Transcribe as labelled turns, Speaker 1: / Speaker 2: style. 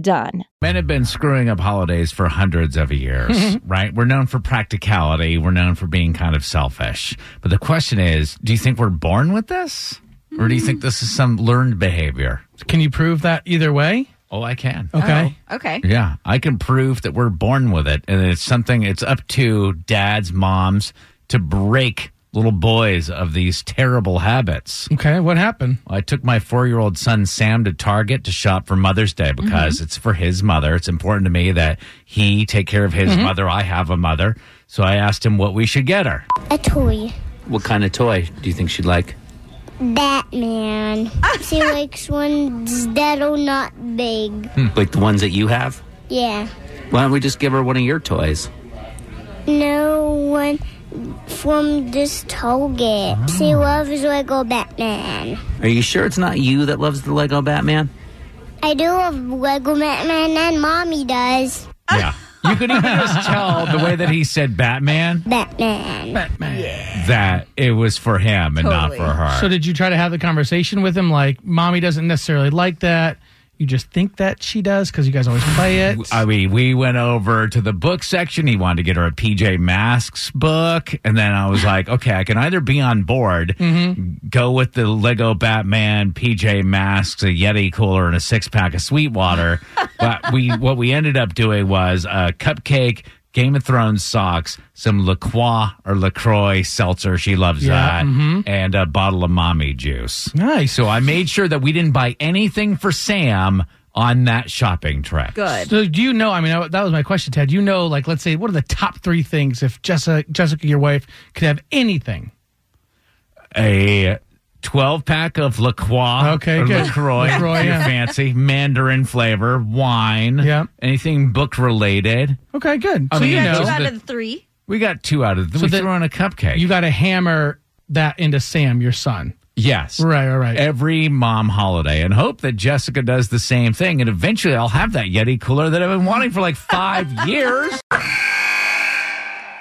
Speaker 1: done.
Speaker 2: Men have been screwing up holidays for hundreds of years, right? We're known for practicality. We're known for being kind of selfish. But the question is do you think we're born with this? Or do you think this is some learned behavior?
Speaker 3: Can you prove that either way?
Speaker 2: Oh, I can.
Speaker 3: Okay.
Speaker 4: Okay.
Speaker 2: Yeah, I can prove that we're born with it. And it's something, it's up to dads, moms to break little boys of these terrible habits.
Speaker 3: Okay. What happened?
Speaker 2: I took my four year old son Sam to Target to shop for Mother's Day because it's for his mother. It's important to me that he take care of his mother. I have a mother. So I asked him what we should get her.
Speaker 5: A toy.
Speaker 2: What kind of toy do you think she'd like?
Speaker 5: Batman. she likes ones that'll not big.
Speaker 2: Like the ones that you have?
Speaker 5: Yeah.
Speaker 2: Why don't we just give her one of your toys?
Speaker 5: No one from this Target. She loves Lego Batman.
Speaker 2: Are you sure it's not you that loves the Lego Batman?
Speaker 5: I do love Lego Batman, and Mommy does.
Speaker 2: Yeah. You could even just tell the way that he said Batman
Speaker 5: Batman.
Speaker 2: that it was for him and not
Speaker 4: Totally.
Speaker 2: for her.
Speaker 3: So did you try to have the conversation with him? Like, mommy doesn't necessarily like that. You just think that she does because you guys always play it.
Speaker 2: I mean, we went over to the book section. He wanted to get her a PJ Masks book. And then I was like, okay, I can either be on board, go with the Lego Batman, PJ Masks, a Yeti cooler, and a six pack of Sweetwater. but we, what we ended up doing was a cupcake, Game of Thrones socks, some LaCroix or LaCroix seltzer. She loves
Speaker 3: Yeah,
Speaker 2: that. And a bottle of mommy juice.
Speaker 3: nice.
Speaker 2: So I made sure that we didn't buy anything for Sam on that shopping trip.
Speaker 4: Good.
Speaker 3: So do you know? I mean, I, that was my question, Ted. You know, like, let's say, what are the top three things if Jessica, Jessica, your wife, could have anything?
Speaker 2: a 12 pack of LaCroix.
Speaker 3: Okay,
Speaker 2: or
Speaker 3: good.
Speaker 2: LaCroix.
Speaker 3: LaCroix,
Speaker 2: if you're
Speaker 3: yeah.
Speaker 2: fancy. Mandarin flavor, wine.
Speaker 3: Yeah.
Speaker 2: Anything book related.
Speaker 3: Okay, good.
Speaker 2: I
Speaker 3: so
Speaker 2: mean,
Speaker 3: you
Speaker 2: you
Speaker 3: know,
Speaker 4: Two
Speaker 2: those
Speaker 4: out
Speaker 2: are
Speaker 4: of the three.
Speaker 2: We got two out of them. we
Speaker 3: then-
Speaker 2: threw on a cupcake.
Speaker 3: you got to hammer that into Sam, your son.
Speaker 2: yes.
Speaker 3: Right, all right.
Speaker 2: Every mom holiday and hope that Jessica does the same thing. And eventually I'll have that Yeti cooler that I've been wanting for like five years.